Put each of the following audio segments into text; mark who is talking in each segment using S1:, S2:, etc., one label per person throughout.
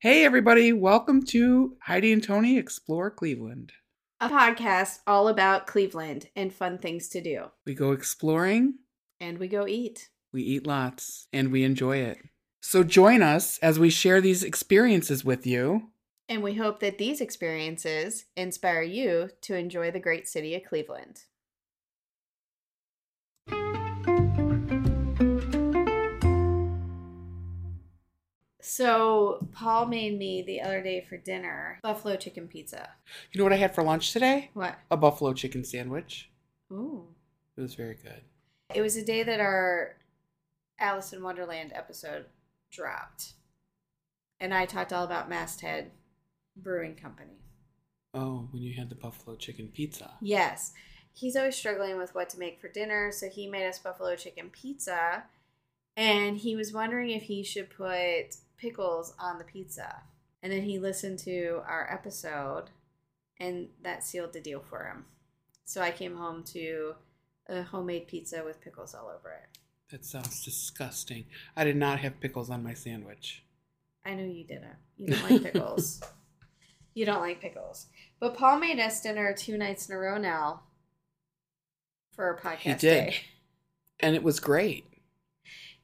S1: Hey, everybody, welcome to Heidi and Tony Explore Cleveland.
S2: a podcast all about Cleveland and fun things to do.
S1: We go exploring,
S2: And we go eat.
S1: we eat lots, and we enjoy it. So join us as we share these experiences with you.
S2: And we hope that these experiences inspire you to enjoy the great city of Cleveland. So, Paul made me the other day for dinner buffalo chicken pizza.
S1: You know what I had for lunch today?
S2: What?
S1: A buffalo chicken sandwich.
S2: Ooh.
S1: It was very good.
S2: It was the day that our Alice in Wonderland episode dropped. And I talked all about Masthead Brewing Company.
S1: Oh, when you had the buffalo chicken pizza.
S2: Yes. He's always struggling with what to make for dinner, so he made us buffalo chicken pizza. And he was wondering if he should put pickles on the pizza. And then he listened to our episode, and that sealed the deal for him. So I came home to a homemade pizza with pickles all over it.
S1: That sounds disgusting. I did not have pickles on my sandwich.
S2: I know you didn't. You don't like pickles. you don't like pickles. But Paul made us dinner two nights in a row now for our podcast
S1: did.
S2: day.
S1: And it was great.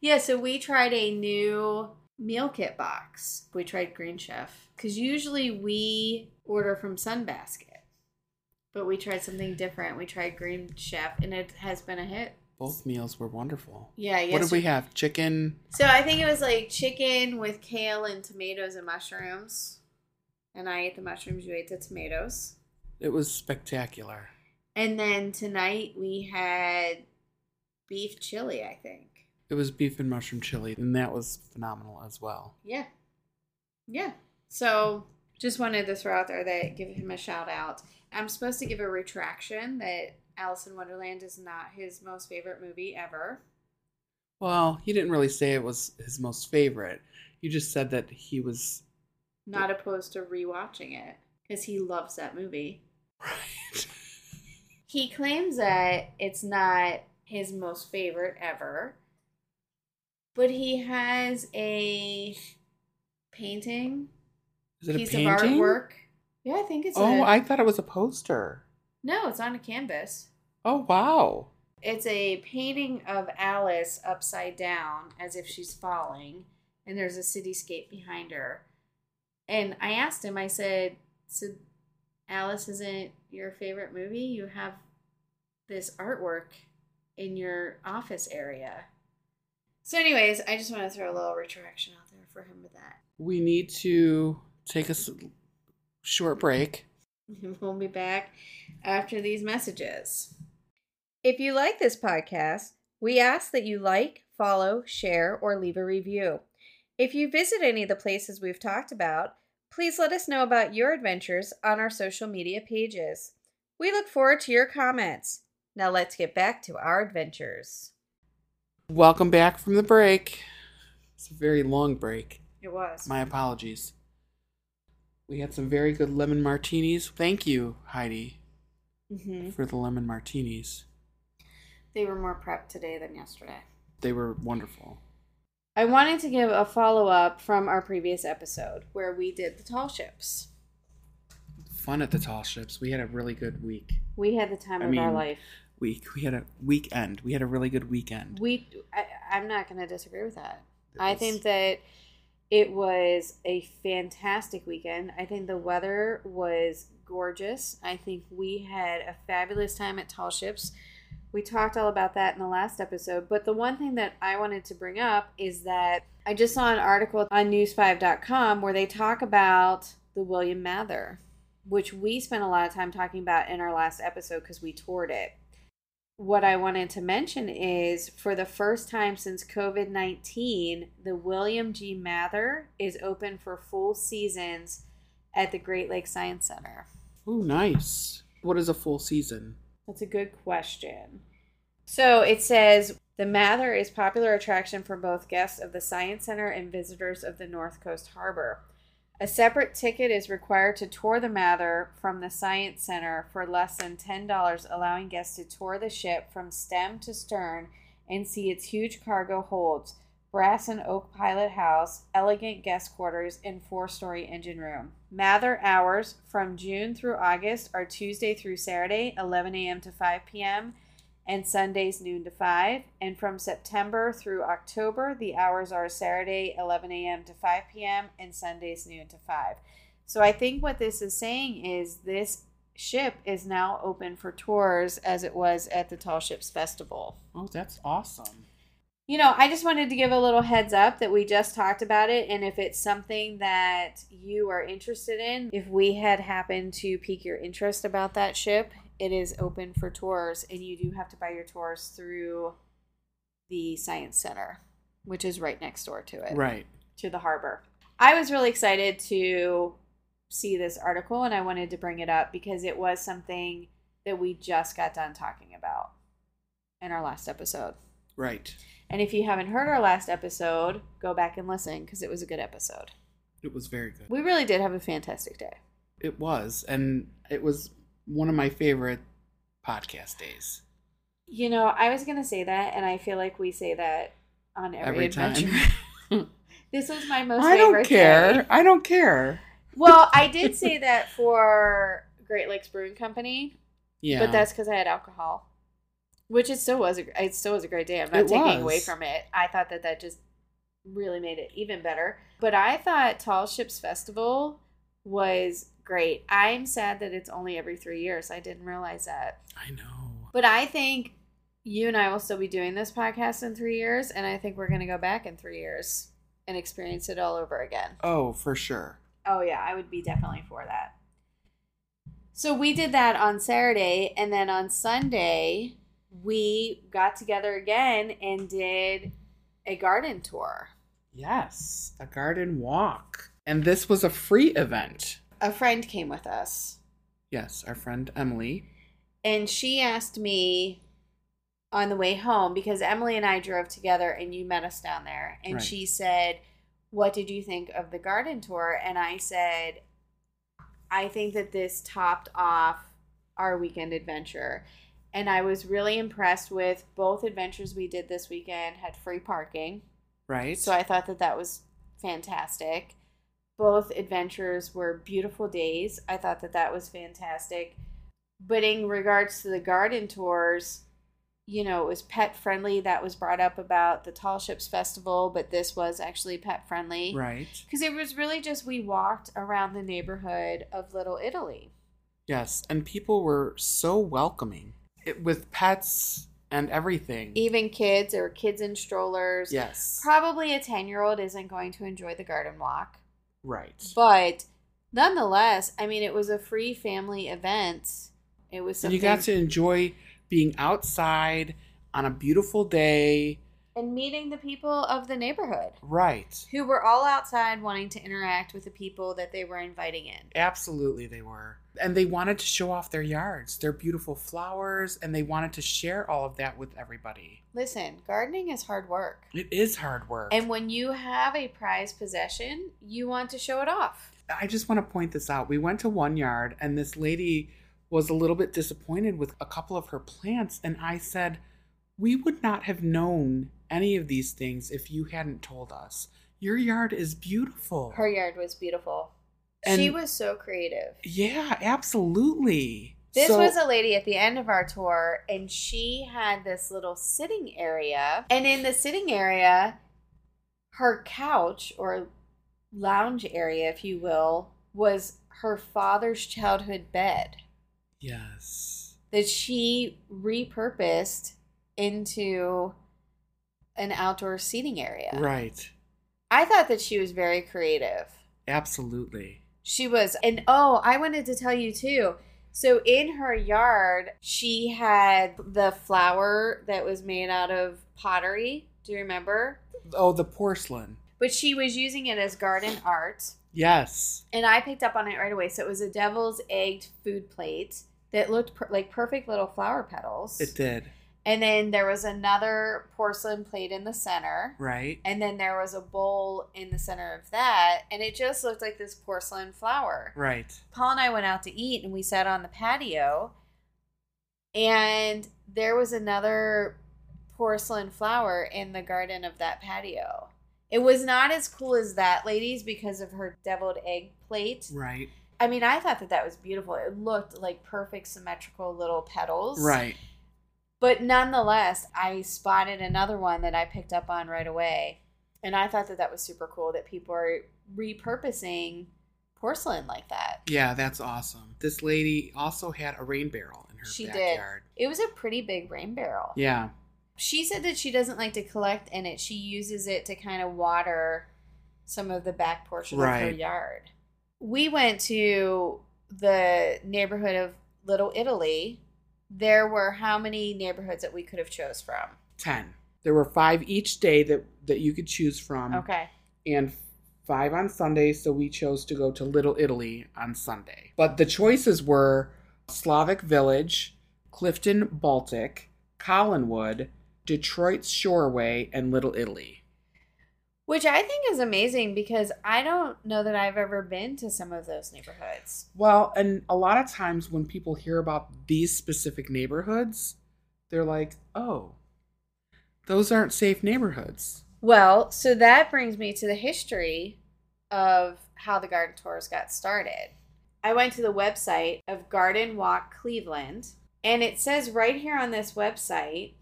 S2: Yeah, so we tried a new meal kit box. We tried Green Chef because usually we order from Sunbasket, but we tried something different. We tried Green Chef, and it has been a hit.
S1: Both meals were wonderful.
S2: Yeah, yes.
S1: What did we have? Chicken.
S2: So I think it was like chicken with kale and tomatoes and mushrooms. And I ate the mushrooms, you ate the tomatoes.
S1: It was spectacular.
S2: And then tonight we had beef chili, I think.
S1: It was beef and mushroom chili, and that was phenomenal as well.
S2: Yeah. Yeah. So just wanted to throw out there that give him a shout out. I'm supposed to give a retraction that Alice in Wonderland is not his most favorite movie ever.
S1: Well, he didn't really say it was his most favorite. You just said that he was
S2: Not opposed to rewatching it because he loves that movie.
S1: right.
S2: He claims that it's not his most favorite ever, but he has a painting
S1: Is it
S2: piece
S1: a painting?
S2: of artwork. Yeah, I think it's.
S1: Oh,
S2: a,
S1: I thought it was a poster.
S2: no, it's on a canvas.
S1: Oh wow.
S2: It's a painting of Alice upside down as if she's falling, and there's a cityscape behind her. And I asked him, I said, So Alice isn't your favorite movie? You have this artwork in your office area. So, anyways, I just want to throw a little retraction out there for him with that.
S1: We need to take a s- short break.
S2: We'll be back after these messages. If you like this podcast, we ask that you like, follow, share, or leave a review. If you visit any of the places we've talked about, please let us know about your adventures on our social media pages. We look forward to your comments. Now let's get back to our adventures.
S1: Welcome back from the break. It's a very long break.
S2: It was.
S1: My apologies. We had some very good lemon martinis. Thank you, Heidi,
S2: mm-hmm.
S1: for the lemon martinis.
S2: They were more prepped today than yesterday.
S1: They were wonderful.
S2: I wanted to give a follow up from our previous episode where we did the tall ships.
S1: Fun at the tall ships. We had a really good week.
S2: We had the time
S1: I
S2: of our
S1: mean,
S2: life.
S1: Week. We had a weekend. We had a really good weekend.
S2: We, I, I'm not going to disagree with that. I
S1: It's-
S2: think that it was a fantastic weekend. I think the weather was gorgeous. I think we had a fabulous time at Tall Ships. We talked all about that in the last episode, but the one thing that I wanted to bring up is that I just saw an article on news5.com where they talk about the William Mather, which we spent a lot of time talking about in our last episode because we toured it what I wanted to mention is for the first time since COVID 19, the William G. Mather is open for full seasons at the Great Lakes Science Center.
S1: Ooh, nice. What is a full season?
S2: That's a good question. So it says the Mather is popular attraction for both guests of the Science Center and visitors of the North Coast Harbor. A separate ticket is required to tour the Mather from the Science Center for less than $10, allowing guests to tour the ship from stem to stern and see its huge cargo holds, brass and oak pilot house, elegant guest quarters, and four story engine room. Mather hours from June through August are Tuesday through Saturday, 11 a.m. to 5 p.m., and Sundays, noon to 5. And from September through October, the hours are Saturday, 11 a.m. to 5 p.m., and Sundays, noon to 5. So I think what this is saying is this ship is now open for tours as it was at the Tall Ships Festival.
S1: Oh, that's awesome.
S2: You know, I just wanted to give a little heads up that we just talked about it. And if it's something that you are interested in, if we had happened to pique your interest about that ship, it is open for tours. And you do have to buy your tours through the Science Center, which is right next door to it,
S1: Right.
S2: to the harbor. I was really excited to see this article and I wanted to bring it up because it was something that we just got done talking about in our last episode.
S1: Right.
S2: And if you haven't heard our last episode, go back and listen because it was a good episode.
S1: It was very good.
S2: We really did have a fantastic day.
S1: It was, and it was one of my favorite podcast days.
S2: You know, I was going to say that, and I feel like we say that on every,
S1: Every time.
S2: adventure. this was my most
S1: I don't
S2: favorite
S1: care.
S2: day.
S1: I don't care.
S2: Well, I did say that for Great Lakes Brewing Company,
S1: Yeah.
S2: but that's because I had alcohol, which it still was. A, it still was a great day. I'm not
S1: It
S2: taking
S1: was.
S2: away from it. I thought that that just really made it even better. But I thought Tall Ships Festival was great. I'm sad that it's only every three years. I didn't realize that.
S1: I know.
S2: But I think you and I will still be doing this podcast in three years, and I think we're going to go back in three years and experience it all over again.
S1: Oh, for sure.
S2: Oh yeah, I would be definitely for that. So we did that on Saturday and then on Sunday we got together again and did a garden tour.
S1: Yes, a garden walk. And this was a free event.
S2: A friend came with us
S1: Yes, our friend Emily.
S2: and she asked me on the way home because Emily and I drove together and you met us down there and
S1: Right.
S2: she said, "What did you think of the garden tour?" and I said, "I think that this topped off our weekend adventure." And I was really impressed with both adventures we did this weekend had free parking.
S1: Right?
S2: So I thought that that was fantastic. Both adventures were beautiful days. I thought that that was fantastic. But in regards to the garden tours, you know, it was pet friendly. That was brought up about the Tall Ships Festival, but this was actually pet friendly.
S1: right.
S2: Because it was really just we walked around the neighborhood of Little Italy.
S1: Yes, and people were so welcoming it, with pets and everything.
S2: Even kids, there were kids in strollers.
S1: yes.
S2: Probably a 10 year old isn't going to enjoy the garden walk.
S1: right.
S2: But nonetheless, I mean, it was a free family event. It was
S1: and
S2: something.
S1: you got to enjoy being outside on a beautiful day.
S2: and meeting the people of the neighborhood
S1: Right.
S2: who were all outside wanting to interact with the people that they were inviting in.
S1: Absolutely, they were. And they wanted to show off their yards, their beautiful flowers, and they wanted to share all of that with everybody.
S2: Listen, gardening is hard work.
S1: It is hard work.
S2: And when you have a prized possession, you want to show it off.
S1: I just want to point this out. We went to one yard, and this lady was a little bit disappointed with a couple of her plants. And I said, We would not have known any of these things if you hadn't told us. Your yard is beautiful.
S2: Her yard was beautiful.
S1: And-
S2: she was so creative.
S1: yeah, absolutely.
S2: This
S1: So-
S2: was a lady at the end of our tour, and she had this little sitting area. And in the sitting area, her couch or lounge area, if you will, was her father's childhood bed
S1: Yes.
S2: that she repurposed into an outdoor seating area.
S1: Right.
S2: I thought that she was very creative.
S1: Absolutely.
S2: She was. And oh, I wanted to tell you too. So in her yard, she had the flower that was made out of pottery. Do you remember?
S1: Oh, the porcelain.
S2: But she was using it as garden art.
S1: Yes.
S2: And I picked up on it right away. So it was a devil's egged food plate that looked per- like perfect little flower petals.
S1: It did.
S2: And then there was another porcelain plate in the center.
S1: Right.
S2: And then there was a bowl in the center of that. And it just looked like this porcelain flower.
S1: Right.
S2: Paul and I went out to eat and we sat on the patio and there was another porcelain flower in the garden of that patio. It was not as cool as that, ladies, because of her deviled egg plate.
S1: Right.
S2: I mean, I thought that that was beautiful. It looked like perfect symmetrical little petals.
S1: Right.
S2: But nonetheless, I spotted another one that I picked up on right away. And I thought that that was super cool that people are repurposing porcelain like that.
S1: Yeah, that's awesome. This lady also had a rain barrel in her
S2: She did.
S1: backyard.
S2: It was a pretty big rain barrel.
S1: Yeah.
S2: She said that she doesn't like to collect in it. She uses it to kind of water some of the back portion of her
S1: Right.
S2: yard. We went to the neighborhood of Little Italy. There were how many neighborhoods that we could have chose from?
S1: 10. There were five each day that, that you could choose from.
S2: Okay.
S1: and five on Sunday, so we chose to go to Little Italy on Sunday. But the choices were Slavic Village, Clifton Baltic, Collinwood, Detroit's Shoreway, and Little Italy.
S2: Which I think is amazing because I don't know that I've ever been to some of those neighborhoods.
S1: Well, and a lot of times when people hear about these specific neighborhoods, they're like, oh, those aren't safe neighborhoods.
S2: Well, so that brings me to the history of how the garden tours got started. I went to the website of Garden Walk Cleveland, and it says right here on this website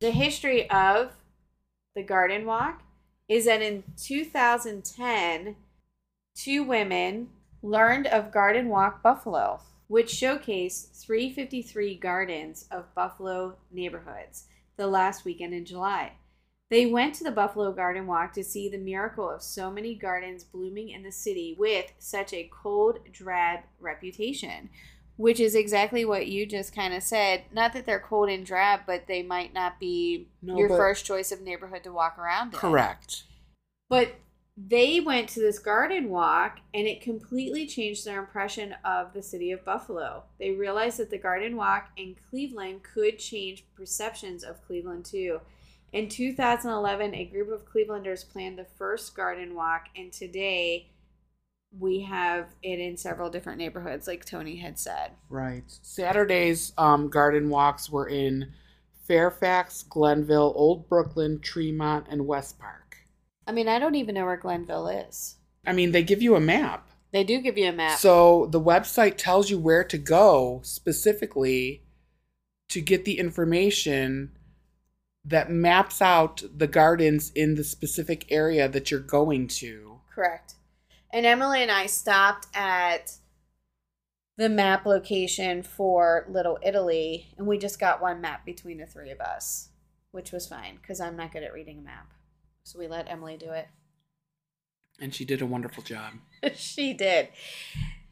S2: the history of the garden walk is that in 2010, two women learned of Garden Walk Buffalo, which showcased 353 gardens of Buffalo neighborhoods the last weekend in July. They went to the Buffalo Garden Walk to see the miracle of so many gardens blooming in the city with such a cold, drab reputation, which is exactly what you just kind of said. Not that they're cold and drab, but they might not be
S1: No,
S2: your
S1: but-
S2: first choice of neighborhood to walk around in.
S1: Correct.
S2: But they went to this garden walk and it completely changed their impression of the city of Buffalo. They realized that the garden walk in Cleveland could change perceptions of Cleveland too. In 2011, a group of Clevelanders planned the first garden walk, and today we have it in several different neighborhoods, like Tony had said.
S1: Right. Saturday's um, garden walks were in Fairfax, Glenville, Old Brooklyn, Tremont, and West Park.
S2: I mean, I don't even know where Glenville is.
S1: I mean, they give you a map.
S2: They do give you a map.
S1: So the website tells you where to go specifically to get the information that maps out the gardens in the specific area that you're going to.
S2: Correct. And Emily and I stopped at the map location for Little Italy, and we just got one map between the three of us, which was fine because I'm not good at reading a map. So we let Emily do it.
S1: And she did a wonderful job.
S2: she did.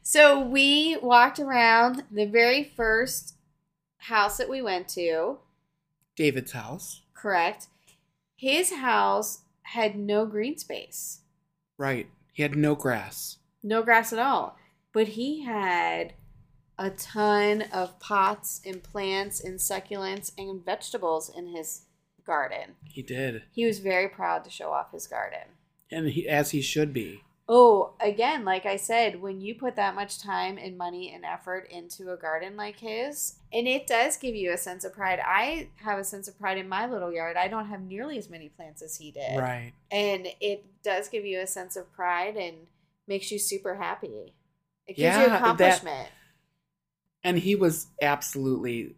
S2: So we walked around the very first house that we went to,
S1: David's house.
S2: correct? His house had no green space.
S1: Right. He had no grass.
S2: no grass at all. But he had a ton of pots and plants and succulents and vegetables in his garden.
S1: He did.
S2: He was very proud to show off his garden.
S1: And he, as he should be.
S2: Oh, again, like I said, when you put that much time and money and effort into a garden like his, and it does give you a sense of pride. I have a sense of pride in my little yard. I don't have nearly as many plants as he did.
S1: Right.
S2: and it does give you a sense of pride and makes you super happy. It gives you
S1: Yeah, that-
S2: accomplishment.
S1: and he was absolutely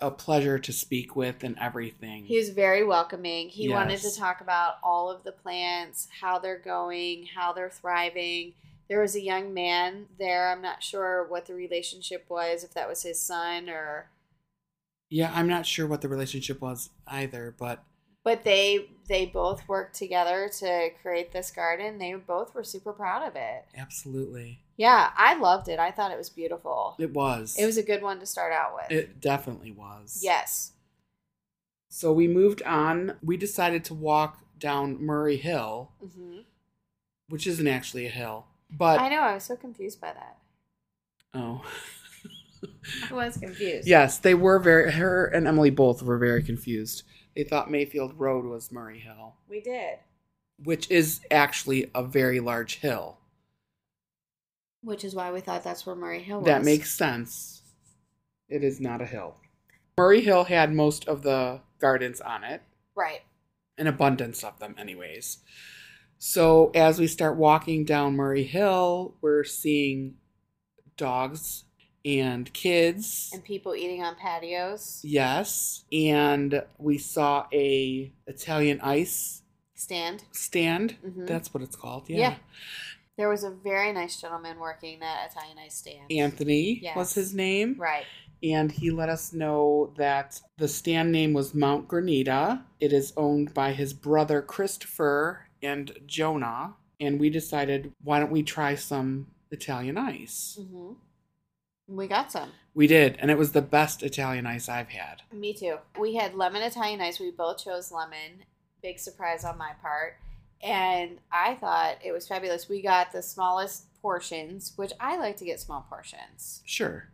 S1: a pleasure to speak with and everything.
S2: He was very welcoming. He wanted to
S1: Yes.
S2: talk about all of the plants, how they're going, how they're thriving. There was a young man there. I'm not sure what the relationship was, if that was his son or
S1: yeah, I'm not sure what the relationship was either, but
S2: but they they both worked together to create this garden. They both were super proud of it.
S1: absolutely.
S2: Yeah, I loved it. I thought it was beautiful.
S1: It was.
S2: It was a good one to start out with.
S1: it definitely was.
S2: yes.
S1: So we moved on. We decided to walk down Murray Hill,
S2: hmm
S1: which isn't actually a hill, but
S2: I know. I was so confused by that.
S1: oh.
S2: I was confused.
S1: Yes, they were very her and Emily both were very confused. They thought Mayfield Road was Murray Hill,
S2: we did.
S1: which is actually a very large hill.
S2: Which is why we thought that's where Murray Hill was.
S1: That makes sense. It is not a hill. Murray Hill had most of the gardens on it.
S2: Right.
S1: an abundance of them, anyways. So as we start walking down Murray Hill, we're seeing dogs and kids.
S2: And people eating on patios.
S1: yes, and we saw a Italian ice
S2: Stand.
S1: stand.
S2: Mhm.
S1: That's what it's called.
S2: Yeah.
S1: Yeah.
S2: There was a very nice gentleman working that Italian ice stand.
S1: Anthony
S2: Yes.
S1: was his name.
S2: Right.
S1: and he let us know that the stand name was Mount Granita. It is owned by his brother Christopher and Jonah. And we decided, why don't we try some Italian ice?
S2: hmm We got some.
S1: We did, and it was the best Italian ice I've had.
S2: Me too. We had lemon Italian ice. We both chose lemon. Big surprise on my part. And I thought it was fabulous. We got the smallest portions, which I like to get small portions.
S1: Sure.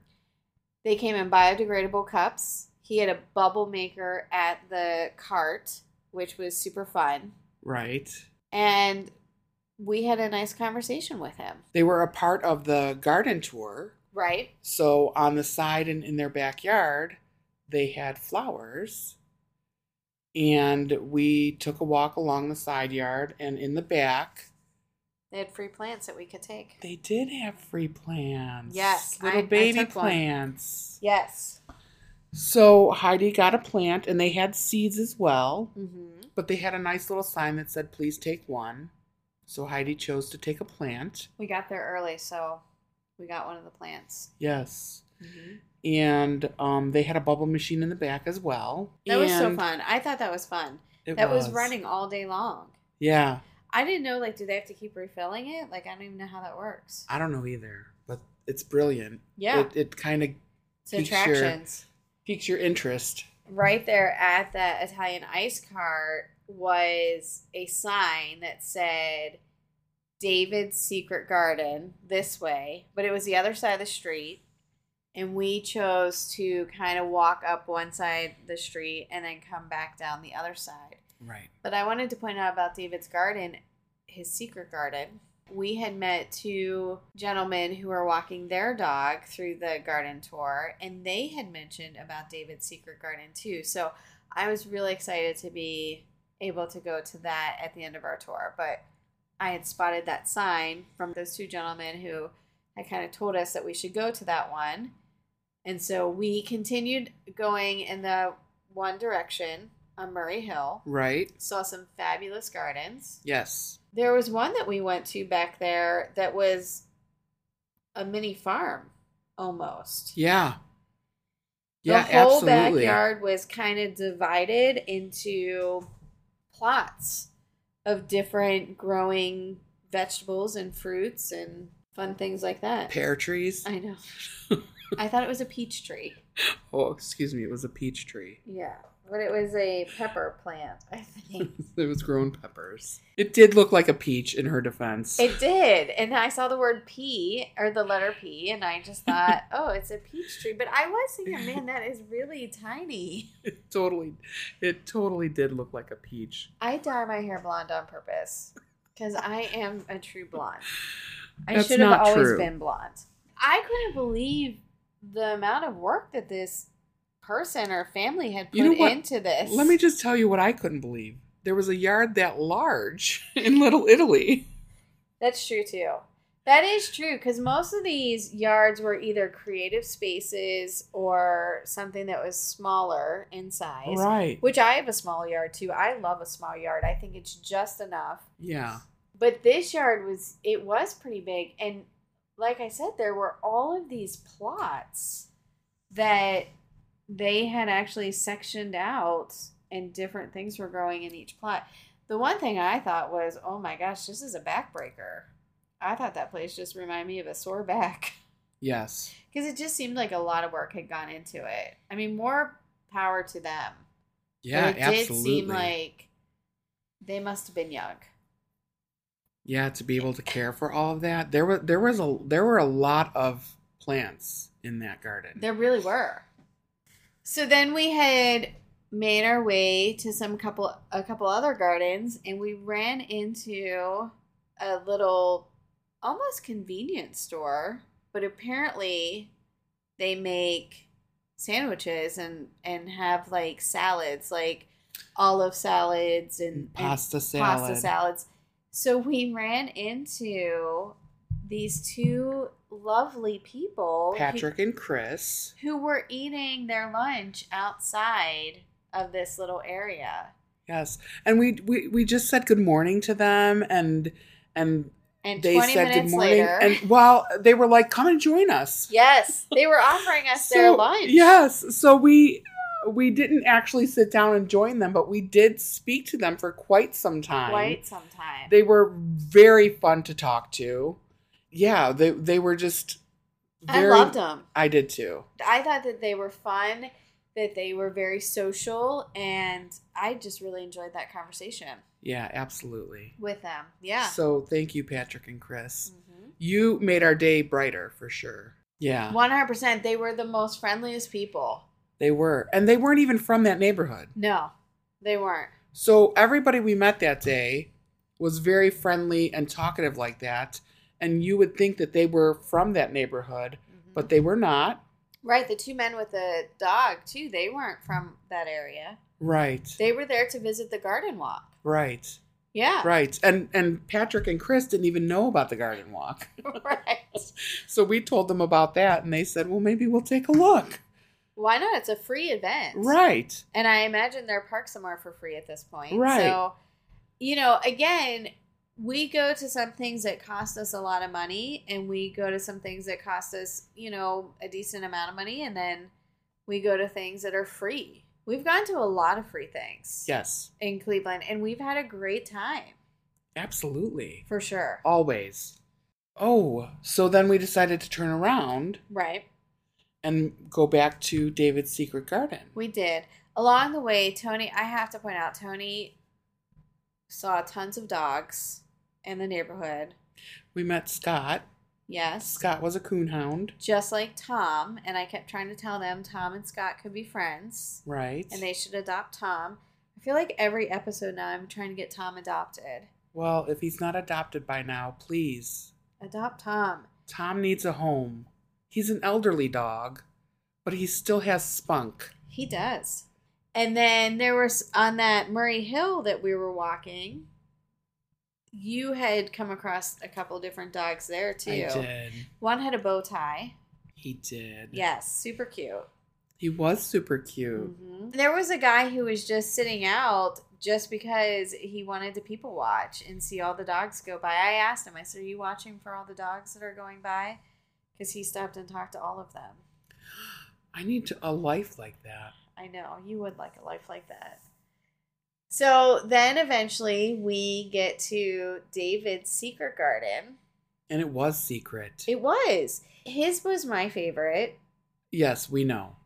S2: They came in biodegradable cups. He had a bubble maker at the cart, which was super fun.
S1: Right.
S2: And we had a nice conversation with him.
S1: They were a part of the garden tour.
S2: Right?
S1: So on the side and in their backyard, they had flowers. And we took a walk along the side yard and in the back,
S2: They had free plants that we could take.
S1: They did have free plants.
S2: Yes,
S1: little
S2: I- I
S1: baby
S2: took one.
S1: plants.
S2: Yes.
S1: So Heidi got a plant, and they had seeds as well.
S2: Mm-hmm.
S1: But they had a nice little sign that said, "Please take one." So Heidi chose to take a plant.
S2: We got there early, so we got one of the plants.
S1: Yes,
S2: Mm-hmm.
S1: and um, they had a bubble machine in the back as well.
S2: That was so
S1: And
S2: fun. I thought that was fun.
S1: it
S2: that was. running all day long.
S1: Yeah,
S2: I didn't know like do they have to keep refilling it? Like I don't even know how that works.
S1: I don't know either, but it's brilliant.
S2: Yeah.
S1: it, it kind of
S2: It's
S1: Sure.
S2: attractions.
S1: piques your interest.
S2: Right there at that Italian ice cart was a sign that said David's Secret Garden this way, but it was the other side of the street. And we chose to kind of walk up one side of the street and then come back down the other side.
S1: Right.
S2: But I wanted to point out about David's garden, his secret garden. We had met two gentlemen who were walking their dog through the garden tour, and they had mentioned about David's secret garden too. So I was really excited to be able to go to that at the end of our tour. But I had spotted that sign from those two gentlemen who had kind of told us that we should go to that one. And so we continued going in the one direction on Murray Hill
S1: Right.
S2: saw some fabulous gardens.
S1: Yes.
S2: There was one that we went to back there that was a mini farm almost.
S1: Yeah. Yeah.
S2: the whole
S1: absolutely.
S2: backyard was kind of divided into plots of different growing vegetables and fruits and fun things like that.
S1: pear trees.
S2: I know. I thought it was a peach tree.
S1: Oh, excuse me, it was a peach tree.
S2: Yeah. But it was a pepper plant, I think.
S1: It was grown peppers. It did look like a peach in her defense.
S2: It did. And I saw the word P or the letter P and I just thought, oh, it's a peach tree. But I was thinking, man, that is really tiny.
S1: It totally it totally did look like a peach.
S2: I dye my hair blonde on purpose because I am a true blonde. I
S1: That's
S2: should have
S1: not
S2: always
S1: true.
S2: been blonde. I couldn't believe the amount of work that this person or family had put
S1: You know what?
S2: into this.
S1: Let me just tell you what I couldn't believe. There was a yard that large in Little Italy.
S2: That's true too. That is true because most of these yards were either creative spaces or something that was smaller in size.
S1: Right.
S2: Which I have a small yard too. I love a small yard. I think it's just enough.
S1: Yeah.
S2: But this yard was it was pretty big and like I said there were all of these plots that they had actually sectioned out and different things were growing in each plot. The one thing I thought was, "Oh my gosh, this is a backbreaker." I thought that place just reminded me of a sore back
S1: Yes.
S2: because it just seemed like a lot of work had gone into it. I mean, more power to them.
S1: Yeah,
S2: but it
S1: absolutely.
S2: did seem like they must have been young.
S1: yeah, to be able to care for all of that. There was there was a there were a lot of plants in that garden.
S2: There really were. So then we had made our way to some couple a couple other gardens and we ran into a little almost convenience store, but apparently they make sandwiches and and have like salads like olive salads and, and
S1: pasta salad.
S2: pasta salads. So we ran into these two lovely people who-
S1: Patrick and Chris.
S2: who were eating their lunch outside of this little area.
S1: Yes. And we, we we just said good morning to them and and
S2: And
S1: they
S2: 20
S1: said
S2: minutes
S1: good morning
S2: later,
S1: and well they were like come and join us.
S2: yes, they were offering us their
S1: So-
S2: lunch.
S1: Yes. So we we didn't actually sit down and join them, but we did speak to them for quite some time.
S2: quite sometime.
S1: They were very fun to talk to. Yeah, they they were just very
S2: I loved them.
S1: I did too.
S2: I thought that they were fun, that they were very social, and I just really enjoyed that conversation
S1: Yeah, absolutely.
S2: with them. Yeah.
S1: So thank you, Patrick and Chris.
S2: Mhm.
S1: You made our day brighter for sure. Yeah,
S2: 100%. They were the most friendliest people.
S1: they were. And they weren't even from that neighborhood.
S2: No, they weren't.
S1: So everybody we met that day was very friendly and talkative like that. And you would think that they were from that neighborhood,
S2: Mhm.
S1: but they were not.
S2: Right, the two men with the dog too. They weren't from that area.
S1: Right.
S2: They were there to visit the garden walk.
S1: right.
S2: Yeah,
S1: Right. And and Patrick and Chris didn't even know about the garden walk.
S2: right.
S1: So we told them about that and they said, "Well, maybe we'll take a look."
S2: Why not? It's a free event,
S1: Right.
S2: And I imagine they're parked somewhere for free at this point,
S1: Right.
S2: So, you know, again, we go to some things that cost us a lot of money, and we go to some things that cost us, you know, a decent amount of money, and then we go to things that are free. We've gone to a lot of free things
S1: Yes.
S2: in Cleveland, and we've had a great time
S1: Absolutely.
S2: for sure.
S1: Always. Oh, so then we decided to turn around
S2: Right.
S1: and go back to David's secret garden.
S2: We did. Along the way, Tony, I have to point out, Tony saw tons of dogs in the neighborhood.
S1: We met Scott.
S2: Yes.
S1: Scott was a coon hound.
S2: Just like Tom. And I kept trying to tell them Tom and Scott could be friends
S1: Right.
S2: and they should adopt Tom. I feel like every episode now I'm trying to get Tom adopted.
S1: well, if he's not adopted by now, please.
S2: Adopt Tom.
S1: Tom needs a home. He's an elderly dog, but he still has spunk.
S2: He does. And then there was on that Murray Hill that we were walking. You had come across a couple different dogs there too.
S1: I did.
S2: One had a bow tie.
S1: He did.
S2: Yes, super cute. Mm-hmm.
S1: He was super
S2: Mm.
S1: cute.
S2: There was a guy who was just sitting out just because he wanted to people watch and see all the dogs go by. I asked him, I said, Are you watching for all the dogs that are going by? Because he stopped and talked to all of them.
S1: I need to, a life like that.
S2: I know, you would like a life like that. So then eventually we get to David's secret garden.
S1: And it was secret.
S2: It was. His was my favorite.
S1: yes, we know.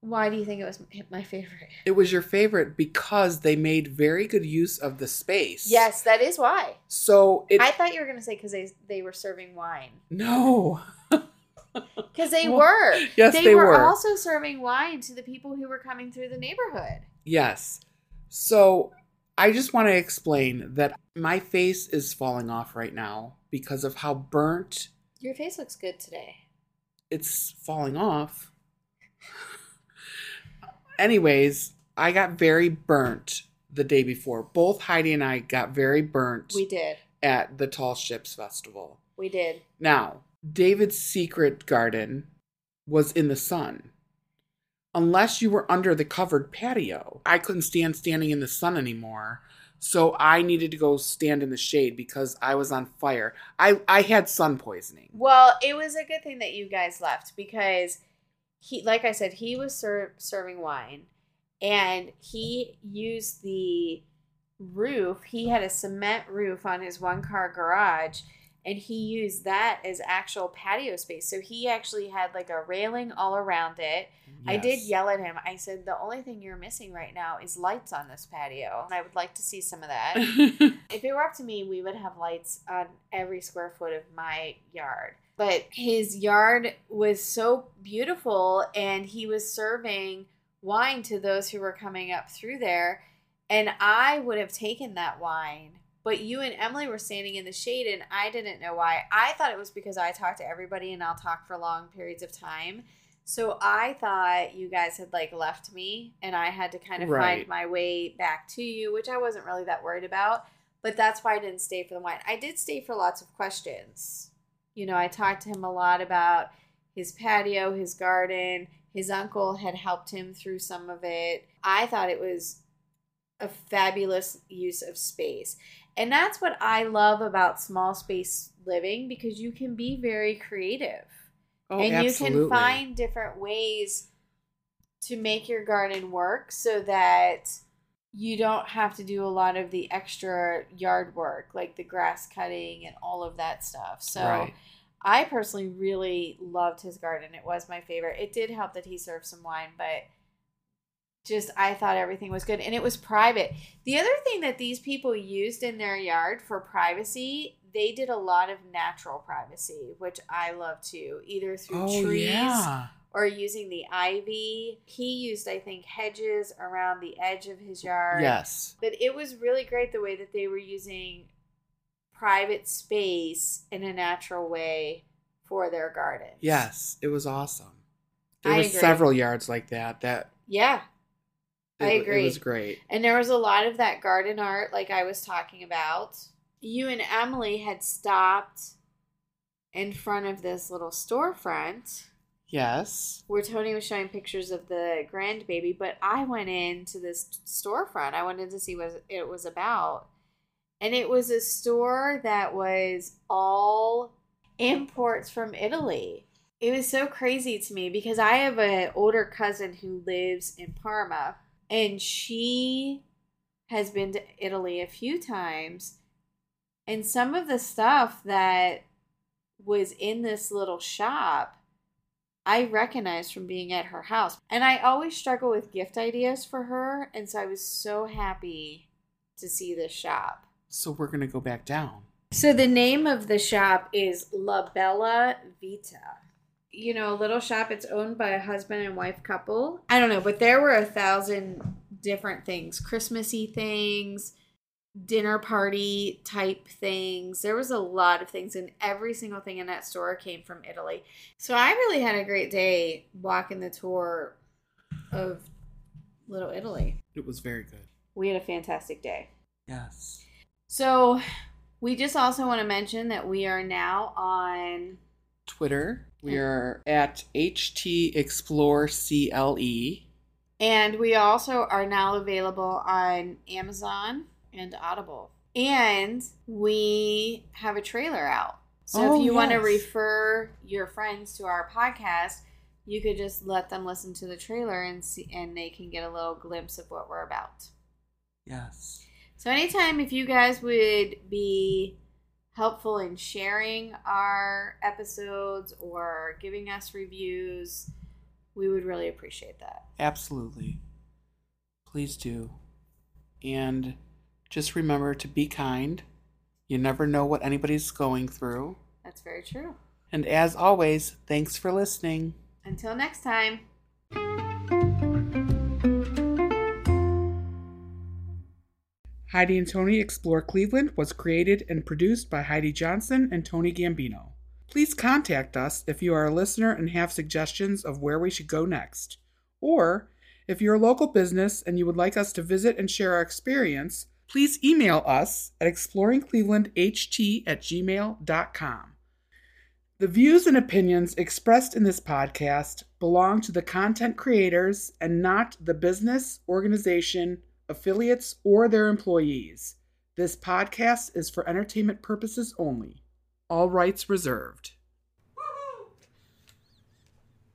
S2: Why do you think it was my favorite?
S1: It was your favorite because they made very good use of the space.
S2: Yes, that is why.
S1: So it
S2: I thought you were gonna say because they they were serving wine
S1: no.
S2: because they
S1: Well,
S2: were.
S1: Yes,
S2: they,
S1: they,
S2: were,
S1: were.
S2: also serving wine to the people who were coming through the neighborhood.
S1: yes. So I just want to explain that my face is falling off right now because of how burnt
S2: Your face looks good today.
S1: it's falling off. Anyways, I got very burnt the day before. Both Heidi and I got very burnt
S2: We did.
S1: at the Tall Ships Festival.
S2: We did.
S1: Now, David's secret garden was in the sun. Unless you were under the covered patio, I couldn't stand standing in the sun anymore. So I needed to go stand in the shade because I was on fire. I, I had sun poisoning.
S2: Well, it was a good thing that you guys left because he, like I said, he was ser- serving wine, and he used the roof. He had a cement roof on his one car garage. And he used that as actual patio space. So he actually had like a railing all around it. I did
S1: Yes.
S2: yell at him. I said, "The only thing you're missing right now is lights on this patio, and I would like to see some of that. if it were up to me, we would have lights on every square foot of my yard." But his yard was so beautiful, and he was serving wine to those who were coming up through there, and I would have taken that wine. But you and Emily were standing in the shade, and I didn't know why. I thought it was because I talk to everybody and I'll talk for long periods of time So I thought you guys had like left me and I had to kind of
S1: Right.
S2: find my way back to you, which I wasn't really that worried about. But that's why I didn't stay for the wine. I did stay for lots of questions. You know, I talked to him a lot about his patio, his garden. His uncle had helped him through some of it. I thought it was a fabulous use of space. And that's what I love about small space living because you can be very creative
S1: Oh,
S2: and
S1: absolutely.
S2: you can find different ways to make your garden work so that you don't have to do a lot of the extra yard work like the grass cutting and all of that stuff. So
S1: Right.
S2: I personally really loved his garden. It was my favorite. It did help that he served some wine, but just I thought everything was good and it was private. The other thing that these people used in their yard for privacy, they did a lot of natural privacy, which I love too, either through
S1: Oh
S2: trees
S1: yeah.
S2: or using the ivy. He used I think hedges around the edge of his yard.
S1: Yes.
S2: But it was really great the way that they were using private space in a natural way for their gardens.
S1: Yes. It was awesome. There
S2: I
S1: were
S2: agree.
S1: several yards like that. That
S2: Yeah.
S1: it,
S2: I
S1: w-
S2: agree.
S1: It was great.
S2: And there was a lot of that garden art, like I was talking about. You and Emily had stopped in front of this little storefront
S1: Yes.
S2: where Tony was showing pictures of the grandbaby, but I went into this storefront. I wanted to see what it was about. And it was a store that was all imports from Italy. It was so crazy to me because I have an older cousin who lives in Parma and she has been to Italy a few times. And some of the stuff that was in this little shop I recognized from being at her house. And I always struggle with gift ideas for her. And so I was so happy to see this shop.
S1: So we're gonna go back down.
S2: So the name of the shop is La Bella Vita. You know, a little shop. It's owned by a husband and wife couple. I don't know, but there were a thousand different things Christmassy things, dinner party type things. There was a lot of things, and every single thing in that store came from Italy. So I really had a great day walking the tour of Little Italy.
S1: It was very good.
S2: We had a fantastic day.
S1: Yes.
S2: So, we just also want to mention that we are now on.
S1: Twitter. We are at HT Explore E. CLE.
S2: And we also are now available on Amazon and Audible. And we have a trailer out. So
S1: Oh,
S2: if you want to
S1: yes.
S2: refer your friends to our podcast, you could just let them listen to the trailer and see and they can get a little glimpse of what we're about.
S1: Yes.
S2: So anytime if you guys would be helpful in sharing our episodes or giving us reviews, we would really appreciate that.
S1: Absolutely. Please do. And just remember to be kind. You never know what anybody's going through.
S2: That's very true.
S1: And as always, thanks for listening.
S2: Until next time.
S1: Heidi and Tony Explore Cleveland was created and produced by Heidi Johnson and Tony Gambino. Please contact us if you are a listener and have suggestions of where we should go next. Or if you're a local business and you would like us to visit and share our experience, please email us at exploringclevelandht at gmail.com. The views and opinions expressed in this podcast belong to the content creators and not the business, organization, affiliates, or their employees. This podcast is for entertainment purposes only. All rights reserved.